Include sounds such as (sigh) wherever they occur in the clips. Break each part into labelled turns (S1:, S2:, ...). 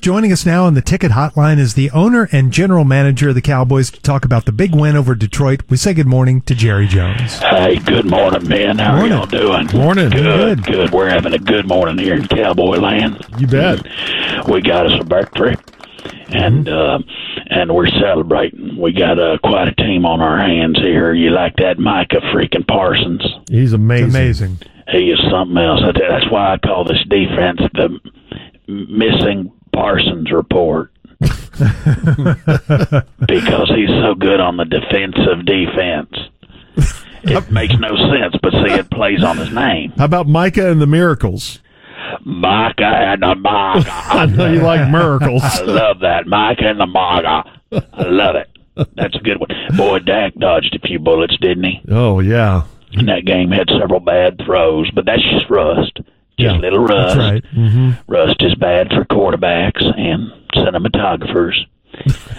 S1: Joining us now on the ticket hotline is the owner and general manager of the Cowboys to talk about the big win over Detroit. We say good morning to Jerry Jones.
S2: Hey, good morning, man. How
S1: Morning.
S2: are y'all doing?
S3: Morning.
S2: Good,
S1: Good.
S2: good, We're having a good morning here in Cowboy Land.
S3: You bet.
S2: We got us a birthday, and uh, and we're celebrating. We got uh, quite a team on our hands here. You like that, Micah freaking Parsons?
S3: He's amazing.
S1: Amazing.
S2: He is something else. That- That's why I call this defense the m- missing Parsons
S1: (laughs)
S2: report. because he's so good on the defensive defense. It makes no sense, but see, it plays on his name.
S3: How about Micah and the Miracles?
S2: Micah and the Maga.
S3: I know you
S1: (laughs)
S3: like miracles.
S2: I love that. Micah and the Maga. I love it. That's a good one. Boy, Dak dodged a few bullets, didn't he?
S3: Oh yeah,
S2: And that game had several bad throws, but that's just rust. Just
S3: Yeah,
S2: little rust.
S1: That's right. Mm-hmm.
S2: Rust is bad for quarterbacks and cinematographers.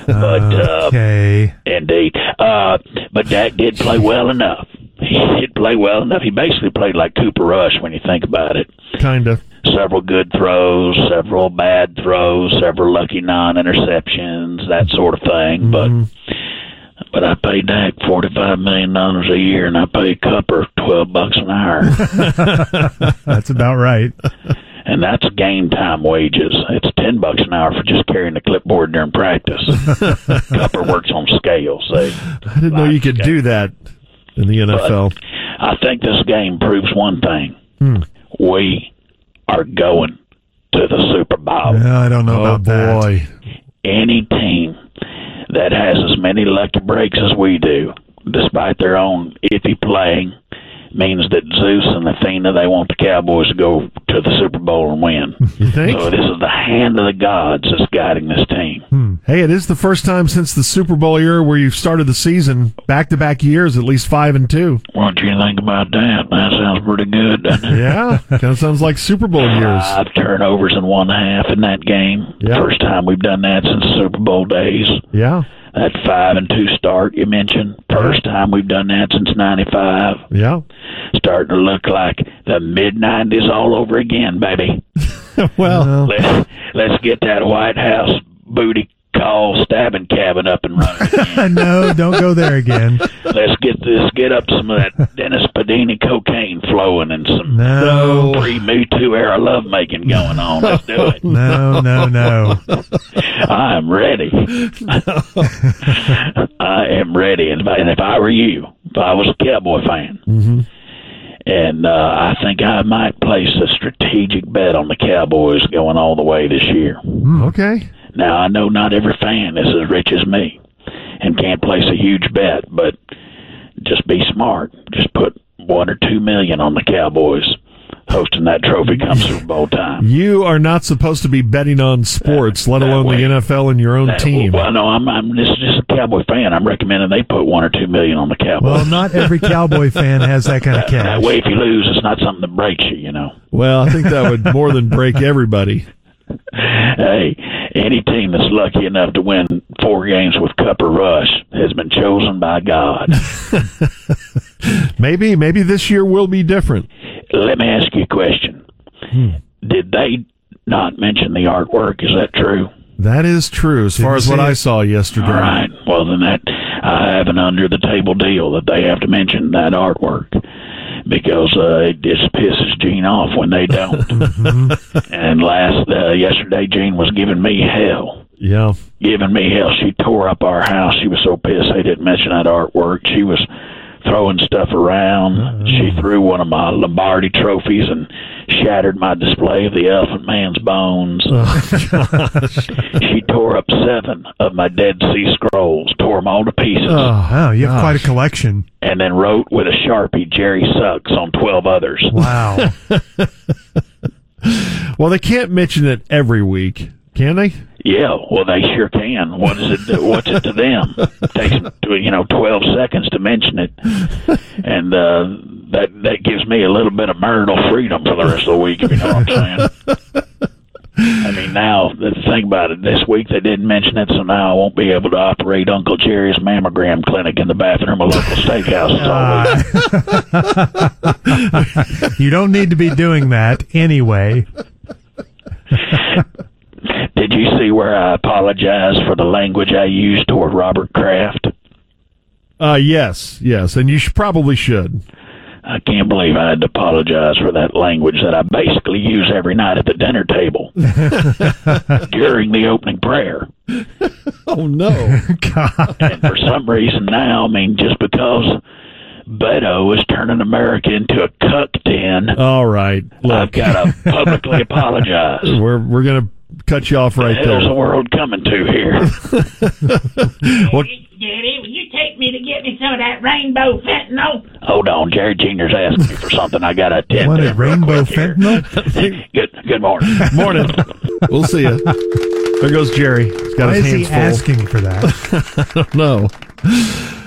S2: but uh,
S1: Okay.
S2: indeed, uh, but Dak did play well enough. He did play well enough. He basically played like Cooper Rush when you think about it.
S3: kinda.
S2: Several good throws, several bad throws, several lucky non-interceptions, that sort of thing. But but I pay Dak forty-five million dollars a year, and I pay Cooper twelve bucks an hour.
S1: That's about right.
S2: and that's game time wages. It's ten bucks an hour for just carrying the clipboard
S3: (laughs)
S2: during practice. Copper works on scale, see.
S3: (laughs) I didn't know you could do that in the NFL.
S2: I think this game proves one thing:
S3: Hmm.
S2: we are going to the Super Bowl.
S1: Yeah, I don't know
S3: Oh
S1: about that.
S3: boy,
S2: Any team that has as many lucky breaks as we do, despite their own iffy playing, means that Zeus and Athena they want the Cowboys to go to the Super Bowl and win.
S3: you think?
S2: So this is the hand of the gods that's guiding this team.
S3: Hey, it is the first time since the Super Bowl year where you've started the season back to back years, at least five and two.
S2: What do you think about that? That sounds pretty good.
S3: (laughs)
S2: doesn't it?
S3: Yeah, kind of sounds like Super Bowl years.
S2: Five turnovers in one half in that game.
S3: Yeah.
S2: First time we've done that since Super Bowl days.
S3: Yeah,
S2: That five and two start you mentioned. First time we've done that since '95.
S3: yeah.
S2: Starting to look like the mid '90s all over again, baby.
S3: Well,
S1: (laughs)
S2: Let's let's get that White House booty call stabbing cabin up and running.
S1: no, don't go
S3: (laughs)
S1: there again.
S2: let's get this, get up some of that Dennis Padini cocaine flowing and some
S1: No.
S2: pre Me Too era lovemaking going on. Let's do it.
S1: No, no, no.
S2: I am ready. I am ready. And if I- and if I were you, if I was a Cowboy fan,
S3: Mm-hmm.
S2: and uh, I think I might place a strategic bet on the Cowboys going all the way this year.
S1: Hmm.
S3: okay.
S2: Now, I know not every fan is as rich as me and can't place a huge bet, but just be smart. Just put one or two million on the Cowboys hosting that trophy come Super Bowl time.
S3: You are not supposed to be betting on sports, let
S2: that
S3: alone
S2: way-
S3: the NFL and your own team.
S2: Well, no, I'm, I'm this is just a Cowboy fan. I'm recommending they put one or two million on the Cowboys.
S1: Well, not every cowboy fan has that kind of
S2: that
S1: cash.
S2: way, if you lose, it's not something that breaks you, you know.
S3: Well, I think that would more than break everybody.
S2: Hey, any team that's lucky enough to win four games with Cupper Rush has been chosen by God.
S3: Maybe, maybe this year will be different.
S2: Let me ask you a question. Did they not mention the artwork? Is that true?
S3: That is true, as far
S1: Didn't
S3: as what
S1: see
S3: I
S1: it.
S3: saw yesterday.
S2: All right. Well, then that I have an under the table deal that they have to mention that artwork because uh, it just pisses Gene off when they don't. and last uh, yesterday, Gene was giving me hell.
S3: Yeah,
S2: Giving me hell. She tore up our house. She was so pissed they didn't mention that artwork. She was throwing stuff around. She threw one of my Lombardi trophies and shattered my display of the Elephant Man's bones. she tore up seven of my Dead Sea Scrolls, tore them all to pieces,
S3: Oh.
S1: Wow, Oh, you have quite a collection.
S2: and then wrote with a Sharpie, Jerry Sucks, on 12 others.
S1: Wow.
S3: (laughs) Well, they can't mention it every week, can they?
S2: Yeah, well, they sure can. What is it? To, what's it to them? Takes them, you know twelve seconds to mention it, and uh, that that gives me a little bit of marital freedom for the rest of the week. If you know what I'm saying. I mean, now the thing about it, this week they didn't mention it, so now I won't be able to operate Uncle Jerry's mammogram clinic in the bathroom of local steakhouses all
S3: Ah.
S1: Uh, (laughs)
S2: week.
S1: you don't need to be doing that anyway.
S2: Did Did you see where I apologized for the language I used toward Robert Kraft?
S3: Uh, yes, yes, and you should, probably
S1: (laughs)
S3: should. (laughs)
S2: I can't believe I had to apologize for that language that I basically use every night at the dinner table during the opening prayer.
S3: Oh no,
S1: God.
S2: And for some reason now, I mean, just because Beto is turning America into a cuck den,
S3: all right,
S2: I've
S3: look,
S2: got to publicly apologize.
S3: we're we're gonna cut you off right
S2: There's a
S3: there.
S2: world coming to here.
S3: What-
S4: Daddy, will you take me to get me some of that rainbow fentanyl?
S2: Hold on, Jerry Jr.'s asking me for something. I got to attend.
S1: What
S2: to
S1: a rainbow fentanyl?
S2: Good, good morning.
S3: (laughs)
S2: (laughs)
S3: morning. We'll see
S1: (laughs)
S3: you. There goes Jerry. He's (laughs) got
S1: Why
S3: his
S1: is he
S3: hands full.
S1: asking for that?
S3: No.